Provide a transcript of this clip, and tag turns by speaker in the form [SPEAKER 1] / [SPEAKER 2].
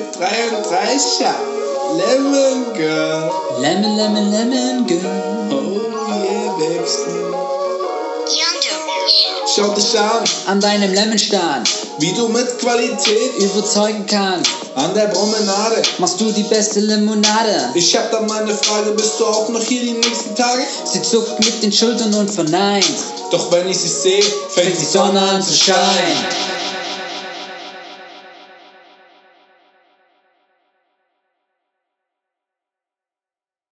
[SPEAKER 1] 33 Lemon Girl.
[SPEAKER 2] Lemon, lemon, lemon, girl.
[SPEAKER 1] Oh yeah, Babes. Schau dich an,
[SPEAKER 2] An deinem Lemonstern
[SPEAKER 1] wie du mit Qualität
[SPEAKER 2] überzeugen kann,
[SPEAKER 1] an der Promenade.
[SPEAKER 2] machst du die beste Limonade.
[SPEAKER 1] Ich hab da mal eine Frage, bist du auch noch hier die nächsten Tage?
[SPEAKER 2] Sie zuckt mit den Schultern und verneint,
[SPEAKER 1] Doch wenn ich sie sehe, fängt
[SPEAKER 2] fängt die Sonne an zu scheinen.